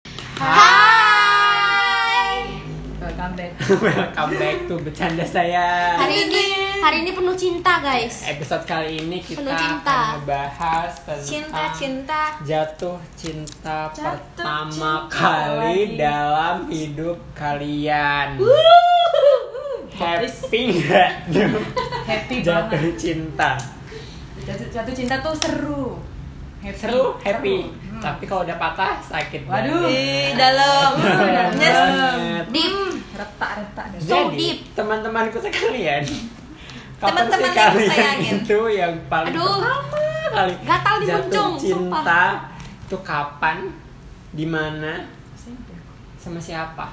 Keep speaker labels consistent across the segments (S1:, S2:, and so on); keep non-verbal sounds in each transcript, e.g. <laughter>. S1: <laughs>
S2: Welcome back to bercanda saya.
S3: Hari ini hari ini penuh cinta guys.
S2: Episode kali ini kita
S3: Penuh cinta.
S2: akan membahas tentang
S1: cinta cinta
S2: <laughs> jatuh cinta
S1: Jatuh
S2: pertama
S1: cinta
S2: kali
S1: lagi.
S2: dalam hidup kalian. Happy nggak tuh?
S1: happy
S2: jatuh
S1: banget
S2: cinta?
S1: jatuh, jatuh cinta tuh seru happy.
S2: Seru, happy.
S1: Seru. Hmm.
S2: Tapi kalau udah patah sakit
S1: waduh
S2: banget.
S1: dalam
S2: Sakit
S3: Yes.
S2: banget.
S3: Dim,
S1: retak retak dah.
S3: So deep.
S2: Jadi teman-temanku sekalian Kapan
S1: Teman-teman
S2: sih
S1: yang
S2: kalian
S1: disayangin.
S2: itu yang paling
S3: Aduh.
S2: pertama kali
S3: Gatal di
S2: jatuh
S3: puncung,
S2: cinta
S3: sumpah.
S2: itu kapan, di mana, sama siapa?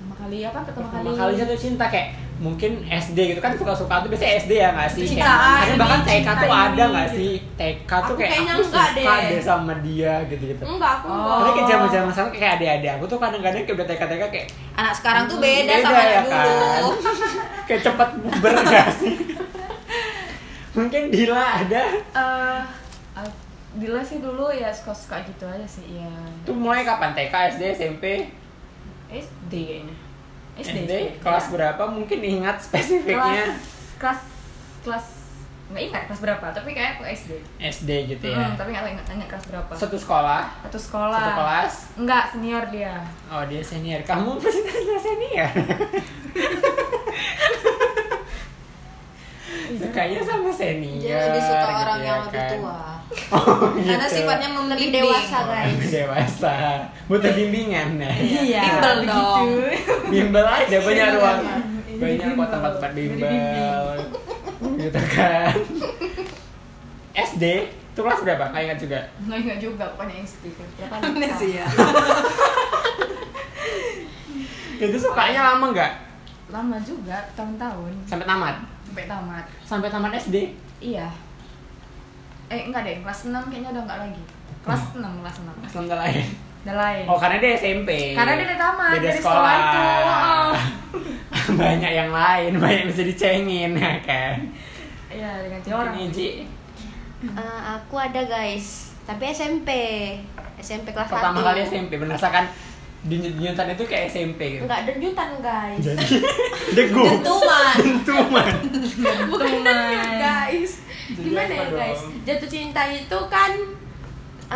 S1: pertama kali apa pertama kali
S2: Pertama kali jatuh cinta kayak mungkin SD gitu kan suka-suka tuh biasanya SD ya nggak sih?
S3: ah,
S2: Kayak-
S1: Cintaan,
S2: Ada bahkan TK
S1: cinta
S2: tuh
S1: ini,
S2: ada nggak
S1: gitu.
S2: sih? TK tuh
S3: Aku
S2: kayak
S3: kayaknya
S2: aku
S3: enggak
S2: suka
S3: deh.
S2: deh sama dia gitu-gitu.
S3: enggak aku enggak.
S2: Karena kayak zaman-zaman sekarang kayak adik-adik aku tuh kadang-kadang kayak udah TK-TK kayak
S3: Anak sekarang tuh beda, sama
S2: ya
S3: anak dulu.
S2: Kan? <laughs> Kayak cepet puber gak sih? <laughs> Mungkin Dila ada
S1: Eh, ah, Dila sih dulu ya suka suka gitu aja sih ya
S2: Itu mulai kapan? TK, SD, SMP?
S1: SD kayaknya
S2: Kelas
S3: Iya.
S2: berapa? Mungkin ingat
S1: Iya. kelas
S2: spesifiknya
S1: kelas kelas nggak ingat kelas berapa tapi kayak aku SD
S2: SD gitu ya
S1: Hmm, tapi nggak ingat, nggak ingat kelas berapa
S2: Satu sekolah?
S1: satu sekolah
S2: Satu kelas?
S1: enggak senior dia
S2: Oh dia senior Kamu <laughs> pasti ternyata
S3: <laughs> Iya.
S2: senior Sukanya sama senior
S3: Dia lebih suka orang
S2: gitu
S3: yang
S2: ya
S3: lebih
S2: kan.
S3: tua.
S2: Oh,
S3: Karena
S2: <laughs> gitu.
S3: sifatnya lebih
S1: Membimbing.
S3: dewasa
S2: Orang
S3: guys.
S2: dewasa butuh bimbingan ya
S1: iya
S3: Bimbel dong.
S2: bimbel aja
S3: Iya.
S2: banyak ruang
S1: Ini
S2: banyak
S1: bimbel.
S2: kok tempat-tempat
S1: Ini
S2: bimbel gitu kan <laughs> SD itu kelas berapa nggak ingat juga
S1: nggak ingat juga pokoknya SD kan berapa
S3: Aneh sih
S2: Iya.
S3: ya.
S2: itu sukanya lama nggak
S1: lama juga tahun-tahun
S2: sampai tamat
S1: sampai tamat
S2: sampai tamat SD
S1: iya eh enggak deh kelas 6 kayaknya udah enggak lagi kelas 6 kelas
S2: sampai lain
S1: 6 udah lain
S2: oh karena dia SMP
S1: Karena dia dari tamat,
S2: Beda
S1: dari sekolah itu. Oh.
S2: <laughs> banyak yang lain banyak yang bisa dicengin ya kan
S1: iya dengan cewek orang
S2: ini Ji
S3: Eh, aku ada guys, tapi SMP. SMP kelas
S2: pertama
S3: 1.
S2: kali SMP merasakan denyut-denyutan itu kayak SMP gitu
S3: Enggak denyutan guys.
S2: jadi <laughs> degu
S3: Dentuman.
S2: dentuman
S3: Bukan <laughs> denyut guys.
S2: Jadi
S3: Gimana
S2: apa
S3: ya guys?
S2: dong?
S3: Jatuh cinta itu kan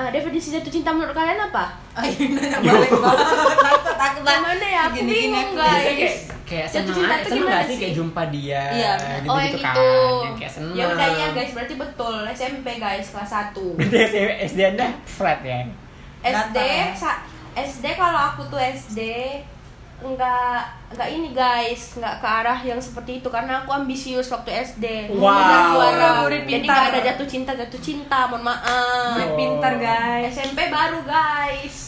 S3: eh, definisi jatuh cinta menurut kalian apa?
S1: Oh, iya,
S2: balik
S3: Aku Gimana ya? Aku
S4: Gini-gini
S3: bingung
S4: aku
S2: Biasanya
S3: guys.
S2: kayak kayak
S3: Jatuh
S2: seneng
S3: cinta
S2: aja-
S3: itu
S2: seneng
S3: gimana
S2: gak sih
S3: sih?
S2: kayak jumpa dia
S4: Iya,
S2: gitu,
S3: Oh yang
S2: gitu kan
S3: itu.
S2: yang kayak seneng
S3: Ya udah ya guys, berarti betul SMP guys kelas 1.
S2: berarti SD, SD anda flat ya
S3: SD
S4: Gatal.
S3: sa- SD kalau aku tuh SD enggak enggak ini guys, enggak ke arah yang seperti itu karena aku ambisius waktu SD.
S2: Wow.
S3: Udah juara.
S1: Murid
S3: Jadi
S1: pintar.
S3: enggak ada jatuh cinta, jatuh cinta, mohon maaf.
S2: Murid
S1: pintar guys
S3: SMP baru guys.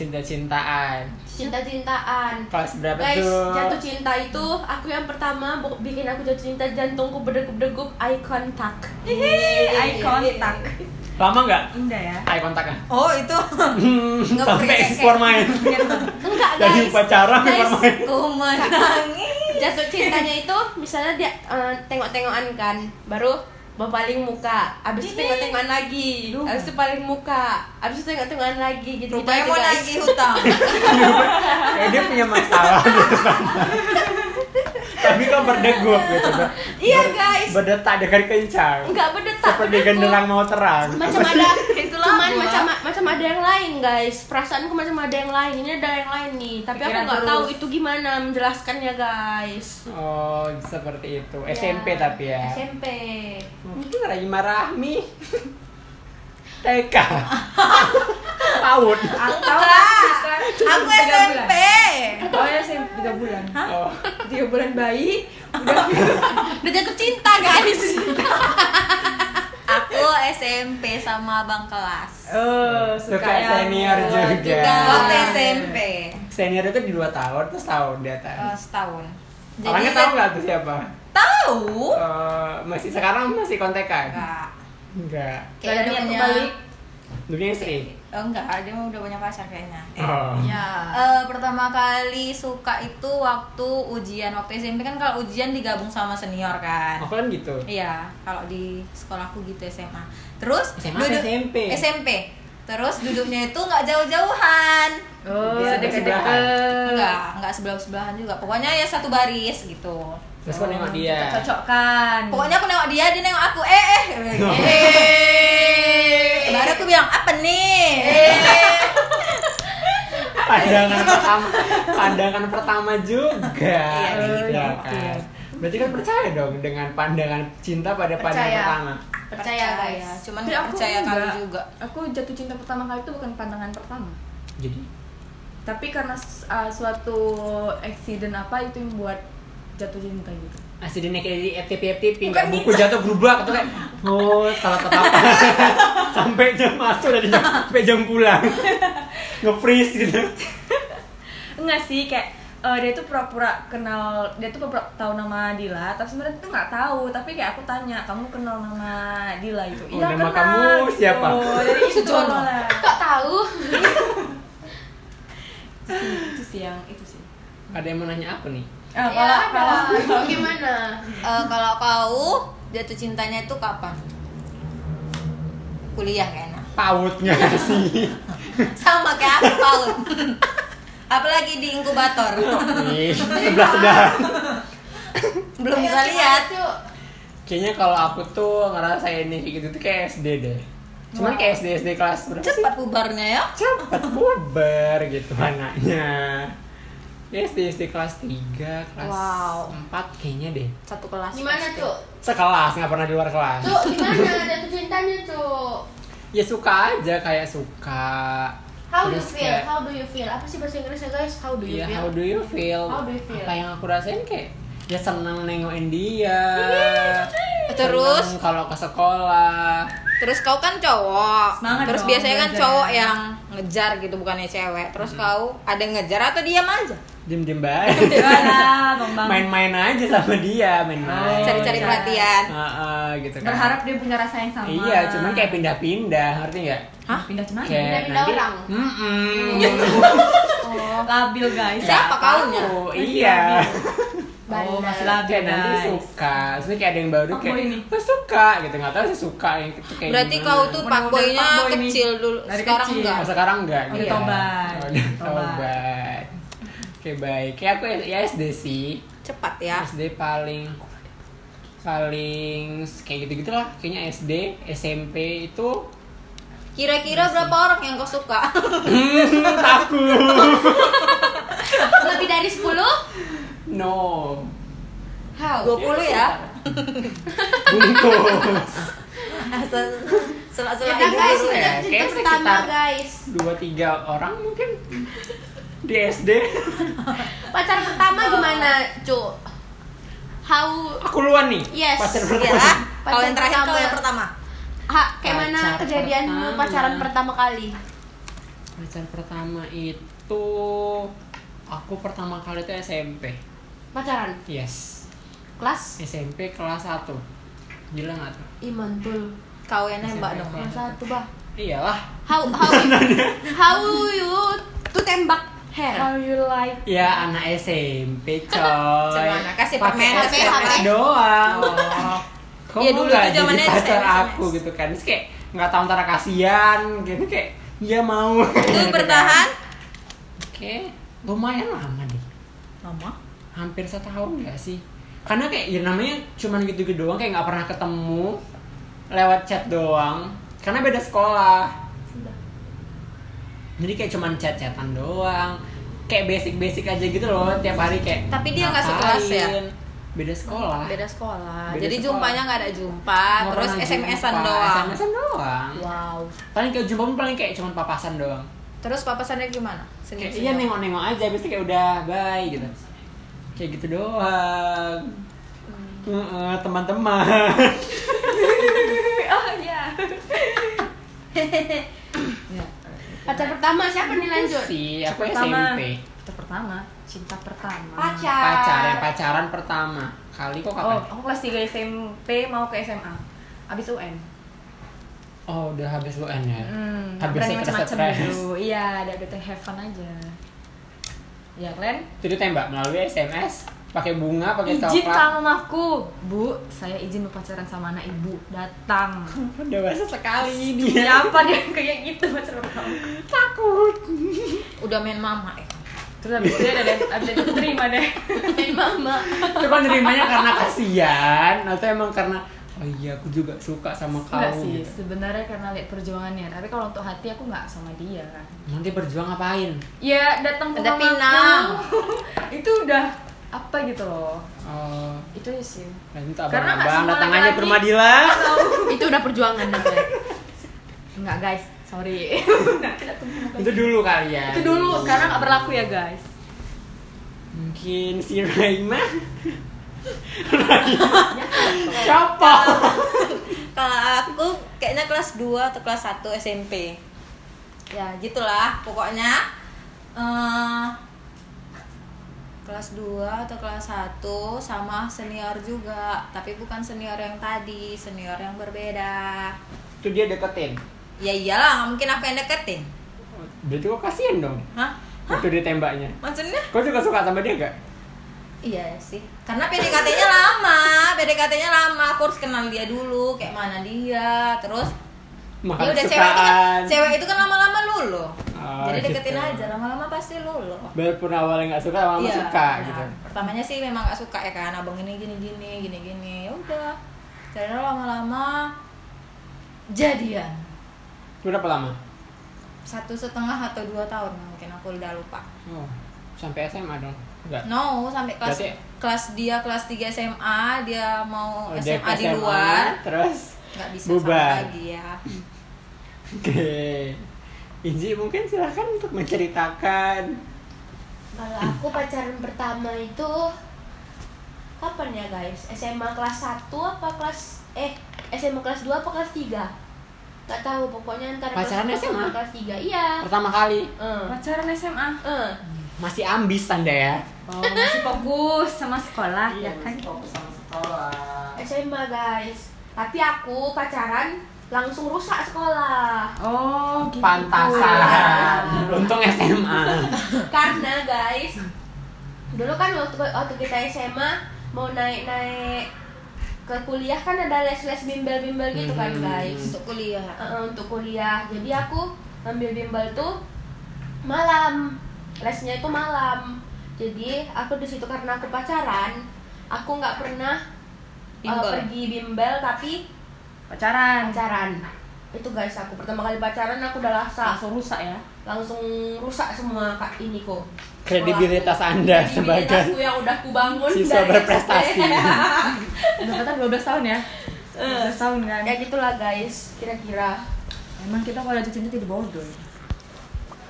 S2: cinta-cintaan
S3: Cinta-cintaan.
S2: kelas berapa
S3: Guys,
S2: tuh
S3: jatuh cinta itu aku yang pertama bu- bikin aku jatuh cinta jantungku berdegup-degup eye contact. Iya,
S1: eye contact
S2: lama nggak
S1: indah ya
S2: eye kontaknya
S4: Oh
S1: <laughs>
S4: itu
S2: Hmm,
S3: Nggak
S2: sampai
S3: boleh,
S2: <laughs> ekspor
S1: gitu.
S2: main
S1: Iya.
S3: Enggak guys.
S2: dari upacara ekspor
S3: Guys,
S2: main
S4: ku menangis.
S3: jatuh cintanya itu misalnya dia eh, tengok-tengokan kan baru berpaling muka abis itu tengok-tengokan lagi
S1: Duh.
S3: abis itu paling muka abis itu tengok-tengokan lagi gitu
S4: Rupanya mau nagih
S1: <laughs>
S4: hutang.
S2: Kayak Eh, dia punya masalah <laughs> gitu sama. tapi kok berdegup gitu ber-
S3: iya guys
S2: berdetak dengan kencang
S3: nggak berdetak
S2: seperti
S3: bedeku.
S2: genderang mau terang
S3: macam ada
S4: Itulah
S3: cuman
S4: gua.
S3: macam macam ada yang lain guys perasaanku macam ada yang lain ini ada yang lain nih tapi aku
S1: Pikiran
S3: nggak tahu
S1: terus.
S3: itu gimana menjelaskannya guys
S2: Oh, seperti itu. SMP tapi ya.
S3: SMP
S2: Mungkin Rahima Rahmi. TK. <laughs> Paut.
S1: atau
S4: Enggak. Aku
S1: tiga
S4: SMP.
S1: bulan. oh ya SMP tiga bulan
S2: Oh,
S1: tiga bulan bayi
S3: udah jatuh cinta <laughs> guys
S4: Aku SMP sama abang kelas.
S1: oh
S2: suka
S3: ya.
S2: senior juga.
S4: Waktu SMP.
S2: Senior itu di 2 tahun, terus tahun di atas.
S4: eh, Setahun.
S2: Orangnya tahu nggak tuh siapa?
S4: Tahu.
S2: Eh, masih sekarang masih kontekan?
S4: Oh. Enggak.
S2: Enggak.
S4: Kayak dia
S1: Badannya
S4: punya
S1: kebalik.
S2: Lu punya istri?
S4: Oh, enggak, dia mah udah punya pacar kayaknya. Eh.
S2: Oh.
S1: ya
S4: Eh, pertama kali suka itu waktu ujian waktu SMP kan kalau ujian digabung sama senior kan
S2: Oh, kan gitu.
S4: Iya, kalau di sekolahku gitu SMA. Terus
S2: SMA apa SMP?
S4: SMP. Terus duduknya itu nggak jauh-jauhan.
S1: Oh,
S2: Bisa
S1: deket-deket.
S4: Enggak, enggak sebelah-sebelahan juga. Pokoknya ya satu baris gitu.
S2: Terus kok nengok
S1: Kita
S2: dia.
S1: Cocokkan.
S4: Pokoknya aku nengok dia, dia nengok aku. Eh, eh.
S1: <laughs> Eh.
S4: Baru aku bilang, "Apa nih?"
S2: <laughs> Pandangan pertama, pandangan pertama juga.
S4: Iya, kayak
S1: gitu.
S2: Ya kan. Berarti kan percaya dong dengan pandangan cinta pada pandangan
S1: Percaya.
S2: pertama.
S4: Percaya, guys. Cuman
S1: Tapi
S4: nggak
S1: aku
S4: percaya kali
S1: enggak.
S4: juga.
S1: Aku jatuh cinta pertama kali itu bukan pandangan pertama.
S2: Jadi
S1: Tapi karena s- uh, suatu accident apa itu yang buat jatuh cinta gitu.
S2: Aslinya kayak di FTP FTP nggak buku jatuh berubah atau kayak oh salah tetap sampai jam masuk dari jam sampai jam pulang nge-freeze gitu
S1: Enggak sih kayak eh, dia tuh pura-pura kenal dia tuh pura-pura tahu nama Dila tapi sebenarnya tuh nggak tahu tapi kayak aku tanya kamu kenal nama Dila itu "Iya, Gitu.
S2: Oh, nama kamu siapa?
S1: jadi itu
S4: Sujono.
S1: lah.
S3: Gak tahu.
S1: itu sih, itu sih yang itu sih
S2: ada yang mau nanya apa nih
S1: Eh,
S3: Ya,
S1: kalau kalau
S3: ada. Kalau gimana?
S4: Eh, kalau kau jatuh cintanya itu kapan? Kuliah kayaknya.
S2: pautnya sih
S4: Sama kayak aku
S1: <laughs>
S4: paut. Apalagi di inkubator.
S2: sebelah sebelah
S4: Belum bisa lihat.
S3: Yuk.
S2: kayaknya kalau aku tuh ngerasain yang kayak gitu tuh kayak SD deh cuman kayak SD SD kelas berapa sih
S4: Cepat bubarnya ya.
S2: cepat bubar gitu anaknya ya SD SD kelas 3 kelas
S4: Wow.
S2: 4 kayaknya deh
S4: Satu kelas.
S3: Gimana
S4: pasti.
S3: tuh?
S2: sekelas nggak pernah di luar kelas
S3: Tuh gimana jatuh cintanya tuh?
S2: ya suka aja kayak suka
S3: How do you
S2: Terus
S3: feel?
S2: kayak,
S3: How do you feel? Apa sih bahasa Inggrisnya guys? How do you
S2: ya, how
S3: feel?
S2: do you feel
S3: How do you feel?
S2: apa yang aku rasain kayak ya seneng nengokin dia
S3: Iya,
S4: Terus?
S2: Seneng kalau ke sekolah
S4: Terus kau kan cowok.
S1: Semangat
S4: Terus
S1: dong,
S4: biasanya kan
S1: belajar. Hmm.
S4: cowok yang ngejar gitu bukannya cewek. Terus kau ada yang ngejar atau diam aja?
S2: diem diem baik
S3: <laughs>
S2: <laughs>
S1: Alah, Iya, Bang Bang.
S2: main-main aja sama dia main-main
S1: Oh,
S4: Cari-cari
S1: iya.
S4: perhatian.
S2: Heeh, gitu kan
S1: berharap dia punya rasa yang sama
S2: iya cuman kayak pindah-pindah ngerti nggak
S1: Hah? pindah kemana
S2: kayak
S3: Pindah-pindah orang? <laughs> Iya.
S2: Mm-mm.
S1: Oh, labil guys
S4: Siapa kaunya?
S2: oh, iya
S1: oh
S3: Bandar.
S1: masih labil
S2: kayak nanti
S1: guys
S2: suka maksudnya kayak ada yang baru
S1: Fuckboy
S2: kayak
S1: ini.
S2: "Oh, suka gitu nggak tahu sih suka yang itu kayak
S4: Berarti
S2: gimana.
S4: kau tuh
S1: Mudah-mudahan
S4: fuckboy-nya
S1: fuckboy nih.
S4: kecil dulu.
S1: Dari
S4: Sekarang
S1: kecil.
S4: enggak.
S2: Oh, sekarang enggak
S1: Udah
S2: gitu ya?
S1: tobat.
S2: Oh, udah
S1: Tobat.
S2: tobat oke baik ya aku ya SD sih
S4: Cepat ya.
S2: SD paling paling kayak gitu gitulah kayaknya SD SMP itu <laughs>
S4: Kira-kira berapa orang yang kau suka?
S2: takut
S3: Lebih dari 10?
S2: no
S3: How?
S4: 20 ya.
S2: bungkus
S4: <laughs> Selak-selak
S3: Kita Nah, guys, ini jatuh
S2: dulu ya.
S3: cinta
S2: Kayaknya
S3: pertama
S2: sekitar-
S3: guys.
S2: dua tiga orang mungkin di SD
S3: Pacar pertama gimana, Cu? How
S2: aku luan nih
S3: Yes,
S2: pacar pertama.
S4: Iya.
S3: Pacar
S4: Kalau yang terakhir kau
S3: pertama.
S4: yang pertama.
S3: ha, kayak mana
S2: Pacar
S3: kejadianmu
S2: pertama.
S3: pacaran pertama kali?
S2: Pacar pertama itu aku pertama kali itu SMP.
S3: Pacaran
S2: Yes.
S3: kelas
S2: SMP kelas 1. Gila nggak tuh?
S3: Imantul.
S4: Kau yang nembak dong.
S2: Iya.
S3: Yang satu, Bah.
S2: Iyalah.
S3: How how how you tuh tembak hair?
S1: how you like
S2: Ya anak
S4: <laughs>
S2: SMP coy.
S4: Gimana? Kasih
S2: Pakai
S4: permen,
S2: es-
S3: kasih
S2: es
S3: permen.
S2: doang. Kok
S4: Iya,
S2: mau
S4: dulu
S2: nggak
S4: tuh zamannya
S2: jadi pacar
S4: SMS.
S2: aku gitu kan. Terus kayak nggak tahu antara kasihan gitu kayak iya mau. <laughs>
S4: Itu
S2: Gitu kan.
S4: bertahan
S2: Oke, lumayan lama deh.
S4: Mama.
S2: hampir setahun nggak sih karena kayak ya namanya cuman gitu-gitu doang kayak nggak pernah ketemu lewat chat doang karena beda sekolah jadi kayak cuman chat-chatan doang kayak basic-basic aja gitu loh tiap hari kayak
S4: Tapi dia nggak sekelas ya?
S2: ngapain. beda sekolah
S4: Beda sekolah.
S2: Beda
S4: Jadi
S2: sekolah.
S4: jumpanya nggak ada jumpa,
S2: Nggak
S4: terus
S2: pernah
S4: SMS-an
S2: jumpa,
S4: doang.
S2: SMS-an doang
S4: Wow.
S2: paling kayak jumpa pun paling kayak cuman papasan doang
S4: Terus papasannya gimana?
S2: kayak
S4: Senyum-senyum.
S2: iya nengok-nengok aja habis itu kayak udah bye gitu kayak gitu doang
S1: Hmm.
S2: Heeh, teman-teman
S1: oh ya
S3: Pacar pertama siapa nih lanjut?
S2: sih aku
S1: pertama
S2: SMP
S1: cinta pertama cinta pertama
S3: Pacar.
S2: pacar yang pacaran pertama kali kok
S1: oh
S2: kapan
S1: aku kelas 3 SMP mau ke SMA abis UN
S2: oh, udah habis UN ya
S1: Hmm, nggak
S2: habis
S1: berani
S2: stres
S1: macam-macam
S2: stres
S1: dulu. Iya, ada ada have fun aja. Ya, kalian
S2: jadi tembak melalui SMS pakai bunga pakai
S1: izin
S2: coklat
S1: sama mamaku. Bu, saya izin berpacaran sama anak ibu. Datang. Iya.
S2: dewasa sekali dia
S1: Siapa dia yang kayak gitu pacar pertama?
S2: takut
S4: udah main mama ya.
S1: Terus abis itu ada ada terima deh.
S3: main mama
S2: Coba nerimanya karena kasihan atau emang karena oh iya aku juga suka sama
S1: Enggak
S2: kamu.
S1: sih,
S2: gitu.
S1: sebenarnya karena lihat perjuangannya. Tapi kalau untuk hati aku nggak sama dia kan.
S2: Nanti berjuang ngapain?
S1: Ya datang ke
S4: Ada
S1: mamaku.
S4: pinang.
S1: <laughs> itu udah apa gitu loh.
S2: Oh,
S1: Itu sih.
S2: nanti
S1: Karena nggak
S2: abang-abang
S1: semua
S2: datang aja ke
S1: laki-laki-
S2: rumah Dila.
S3: itu udah perjuangan namanya
S1: Enggak guys, sorry. Nah, kita tunggu.
S2: Itu dulu kali ya.
S1: itu dulu, sekarang nggak berlaku ya guys.
S2: Mungkin si Raima.
S4: <laughs>
S2: Raima. Siapa?
S4: Kalau aku kayaknya kelas 2 atau kelas 1 SMP. Ya, gitulah pokoknya. eh kelas 2 atau kelas 1 sama senior juga, tapi bukan senior yang tadi, senior yang berbeda.
S2: Itu dia deketin.
S4: Ya iyalah, nggak mungkin aku yang deketin.
S2: Berarti kok kasihan dong.
S4: Hah?
S2: Waktu dia tembaknya.
S4: Maksudnya?
S2: Kau juga suka sama dia gak?
S4: Iya sih. Karena PDKT-nya lama, PDKT-nya lama. Aku harus kenal dia dulu, kayak mana dia, terus
S2: Makan
S4: ya udah cewek itu kan,
S2: kesukaan.
S4: cewek itu kan lama-lama lulu.
S2: Ah,
S4: Jadi deketin
S2: gitu.
S4: aja, lama-lama pasti lulu.
S2: Walaupun awalnya gak suka, lama-lama
S4: Iya,
S2: suka
S4: nah,
S2: gitu.
S4: Pertamanya sih memang gak suka ya kan, abang ini gini-gini, gini-gini. Ya udah. Karena lama-lama jadian.
S2: Berapa lama?
S4: Satu setengah atau dua tahun mungkin aku udah lupa.
S2: Oh, sampai SMA dong? Enggak.
S4: No, sampai kelas
S2: Berarti-
S4: kelas dia kelas 3 SMA, dia mau
S2: Oh, dia
S4: SMA di
S2: SMA,
S4: luar.
S2: Terus
S4: nggak bisa
S2: Bubar.
S4: sama lagi ya
S2: Oke. Inji mungkin silahkan untuk menceritakan.
S3: kalau aku pacaran pertama itu kapan ya guys SMA kelas 1 apa kelas eh SMA kelas 2 apa kelas 3 Gak tahu pokoknya antara
S2: Pacaran
S3: kelas 1 sama
S2: SMA?
S3: kelas 3 iya
S2: Pertama kali
S3: Eh,
S1: Pacaran SMA.
S3: eh.
S2: masih ambis Anda ya.
S1: Oh, masih fokus sama sekolah
S4: Iya,
S1: ya kan.
S2: Iya, sama sekolah.
S3: SMA guys tapi aku pacaran langsung rusak
S2: <laughs>
S3: sekolah
S1: Oh, gitu.
S2: Pantasan. Untung SMA.
S3: karena guys dulu kan waktu waktu kita SMA mau naik naik ke kuliah kan ada les les bimbel bimbel gitu kan
S2: Hmm.
S3: guys
S4: untuk kuliah
S3: Eh, untuk kuliah jadi aku ngambil bimbel tuh malam lesnya itu malam jadi aku di situ karena aku pacaran aku nggak pernah eh,
S4: Bimbel.
S3: pergi bimbel tapi
S1: Pacaran.
S3: pacaran itu guys aku pertama kali pacaran aku udah laksa
S1: Langsung rusak ya.
S3: langsung rusak semua kak ini kok
S2: Kredibilitas Anda
S3: Kredibilitasku
S2: <laughs> sebagai
S3: yang udah kubangun
S2: siswa
S3: dari
S2: berprestasi.
S3: SD.
S1: Udah kan 12 tahun ya? 12 tahun kan.
S3: <laughs> ya gitulah guys kira-kira
S1: Emang kita kalau jatuh cinta tidak bodoh. ya?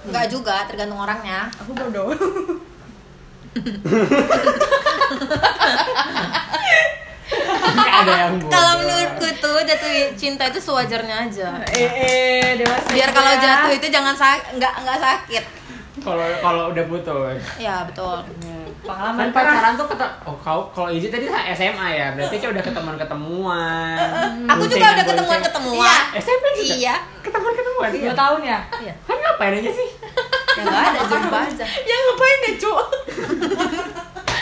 S4: nggak juga tergantung orangnya
S1: Aku bodoh.
S2: Nggak ada yang bodoh.
S4: kalau menurutku itu jatuh cinta itu sewajarnya aja
S1: <laughs> eh, eh, dewasa.
S4: biar
S1: juga.
S4: kalau jatuh itu jangan sak nggak nggak sakit
S2: kalau kalau udah putus.
S4: ya betul
S1: Iya, pengalaman
S2: Kan
S1: pacaran.
S2: pacaran tuh ketemu. Oh, kau kalau Inji tadi SMA ya. Berarti kayak udah ketemuan-ketemuan.
S4: Eh, aku juga udah ketemuan ketemuan
S2: SMP juga.
S4: iya
S2: Ketemuan-ketemuan.
S1: 2 tahun ya?
S4: iya
S2: Kan ngapain aja sih?
S4: ya nggak ada jumpa aja
S3: ya ngapain deh cuk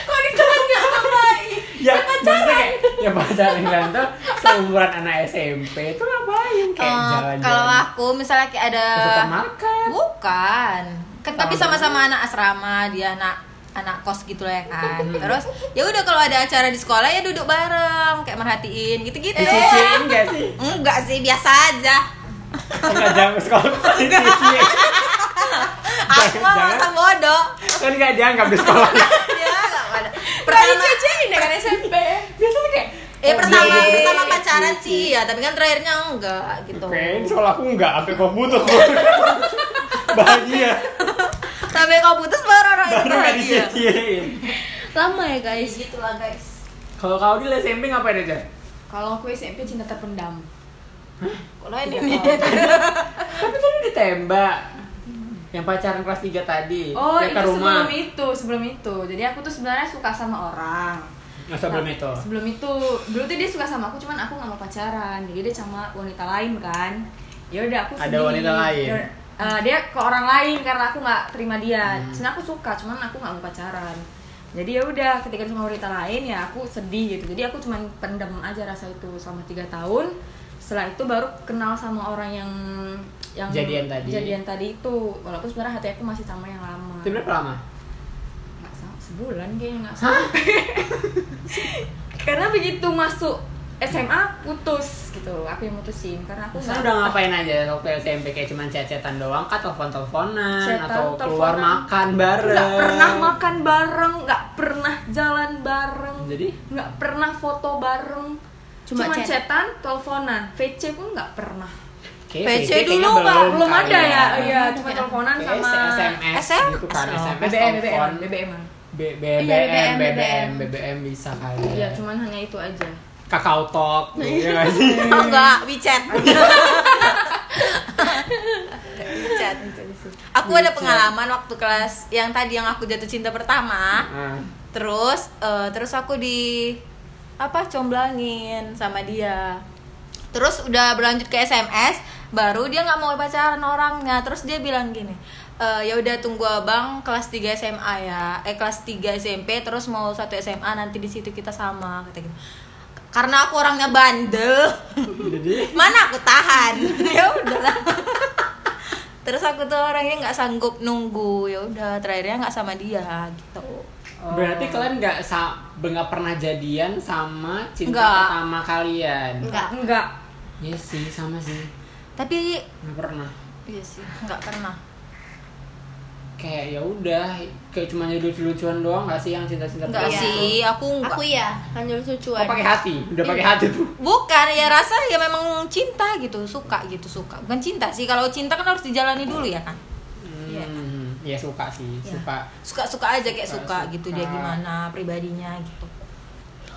S3: kok ditanya ngapain
S4: Kan
S2: ya maksudnya kayak ya pacaran kalian tuh seumuran anak SMP itu ngapain kayak
S4: Eh,
S2: jalan-jalan
S4: kalau aku misalnya kayak ada
S2: ke supermarket
S4: Bukan. Kan tapi
S2: Sama.
S4: sama-sama anak asrama, dia anak anak kos gitu lah ya kan.
S2: Hmm.
S4: Terus ya udah kalau ada acara di sekolah ya duduk bareng, kayak merhatiin gitu-gitu.
S1: Eh.
S2: dicicin gak sih
S4: Enggak sih, biasa aja.
S2: nggak jauh
S1: <laughs>
S2: sekolah dicicin
S4: Aku mah
S2: <laughs> Jangan.
S4: masa bodoh.
S2: kan nggak dianggap di sekolah
S4: Ya enggak ada. Pertama
S3: kan SMP
S2: biasanya kayak
S1: "Oh,
S4: Eh pertama
S2: Iya.
S4: pertama pacaran sih ya, tapi kan terakhirnya enggak gitu.
S2: kayaknya di sekolah aku nggak sampai kau butuh bahagia
S4: Sampai kau putus baru orang itu
S2: baru nggak
S4: bahagia.
S2: dicicin
S3: lama ya guys gitulah guys
S2: kalau kau di SMP ngapain aja
S1: Kalau aku SMP cinta terpendam.
S4: Kalau ini
S2: Iya.
S4: nih.
S2: tapi tadi ditembak yang pacaran kelas 3 tadi
S1: Oh,
S2: dia Iya,
S1: itu
S2: ke rumah
S1: sebelum itu, sebelum itu. Jadi aku tuh sebenarnya suka sama orang.
S2: Nah, sebelum
S1: Nah,
S2: itu
S1: Sebelum itu, dulu tuh dia suka sama aku, cuman aku nggak mau pacaran. Jadi dia sama wanita lain kan. Ya udah aku
S2: Ada
S1: sedih.
S2: wanita lain?
S1: Ya- eh, dia ke orang lain karena aku nggak terima dia.
S2: Hmm.
S1: Sebenarnya aku suka, cuman aku nggak mau pacaran. Jadi ya udah, ketika dia sama wanita lain ya aku sedih gitu. Jadi aku cuman pendem aja rasa itu selama tiga tahun. Setelah itu baru kenal sama orang yang yang
S2: Jadian tadi.
S1: jadian tadi itu walaupun sebenarnya hati aku masih sama yang lama
S2: Itu berapa lama?
S1: nggak sama sebulan kayaknya nggak sama
S2: Hah?
S1: karena begitu masuk SMA putus gitu aku yang mutusin karena aku
S2: Terus
S1: nggak-
S2: udah ngapain aja waktu SMP kayak cuman chat-chatan doang kah telepon-teleponan
S1: Chatan,
S2: atau keluar
S1: teleponan.
S2: makan bareng?
S1: nggak pernah makan bareng nggak pernah jalan bareng
S2: Jadi?
S1: nggak pernah foto bareng
S3: Cuma
S1: cuma,
S3: chat.
S1: chatan teleponan VC pun nggak pernah
S2: Kayak
S4: PC
S2: kayaknya
S4: dulu
S2: belum
S4: nggak?
S1: belum
S2: kali
S1: ada ya iya
S3: Belum
S1: cuma
S3: ada.
S1: teleponan
S2: Kayak
S1: sama
S2: SMS,
S4: SM?
S2: gitu kan SMS
S1: BBM
S2: telepon
S1: BBM BBM -an.
S2: B- BBM,
S3: Iya, BBM,
S2: BBM, BBM bisa kali
S1: iya
S2: ya.
S1: cuman hanya itu aja
S2: Kakao Talk, gitu ya nggak sih?
S4: Oh, enggak WeChat WeChat aku ada pengalaman waktu kelas yang tadi yang aku jatuh cinta pertama
S2: Ah.
S4: terus eh, terus aku di apa comblangin sama dia terus udah berlanjut ke SMS baru dia nggak mau pacaran orangnya terus dia bilang gini "Eh, ya udah tunggu abang kelas 3 SMA ya eh kelas 3 SMP terus mau satu SMA nanti di situ kita sama kata gitu karena aku orangnya bandel <laughs>
S2: Jadi
S4: mana aku tahan <laughs> ya udahlah terus aku tuh orangnya nggak sanggup nunggu ya udah terakhirnya nggak sama dia gitu
S2: berarti kalian nggak sa- nggak pernah jadian sama cinta
S4: Nggak.
S2: pertama kalian?
S4: enggak
S1: enggak
S2: Iya sih, sama sih.
S4: tapi
S2: Nggak pernah.
S4: iya sih nggak pernah
S2: Kayak ya udah, kayak cuma jadi lucu-lucuan doang nggak sih yang cinta-cinta
S4: nggak
S2: pertama tuh?
S4: sih aku nggak
S3: Aku ya, hanya lucu-lucuan.
S2: Oh, pakai hati, udah pakai hati tuh.
S4: bukan ya rasa ya memang cinta gitu suka gitu suka bukan cinta sih kalau cinta kan harus dijalani dulu ya kan Iya.
S2: Hmm, ya suka sih,
S4: Ya.
S2: suka.
S4: suka suka aja kayak
S2: Suka,
S4: suka,
S2: suka.
S4: gitu dia gimana pribadinya gitu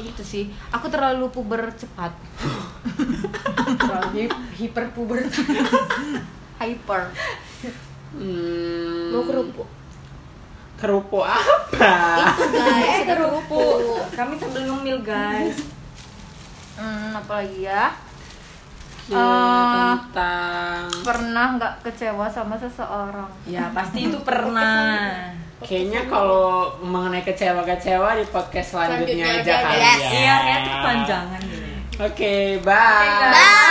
S4: itu sih aku terlalu puber cepat
S1: terlalu hiper pubertas
S4: hyper
S2: Hmm,
S3: Mau kerupuk.
S2: kerupuk apa?
S3: Itu guys,
S1: eh
S3: ada kerupuk.
S1: kerupuk kami sambil ngemil guys
S4: hmm, apalagi ya
S2: Iya,
S4: Eh.
S2: tentang
S4: pernah nggak kecewa sama seseorang
S1: ya pasti itu pernah
S2: Kayaknya kalau mengenai kecewa-kecewa di podcast selanjutnya
S3: Selanjutnya
S1: Ya,
S2: aja
S3: aja,
S2: kali
S3: guys.
S2: ya.
S1: iya ya kepanjangan gitu
S2: Oke, bye.
S4: bye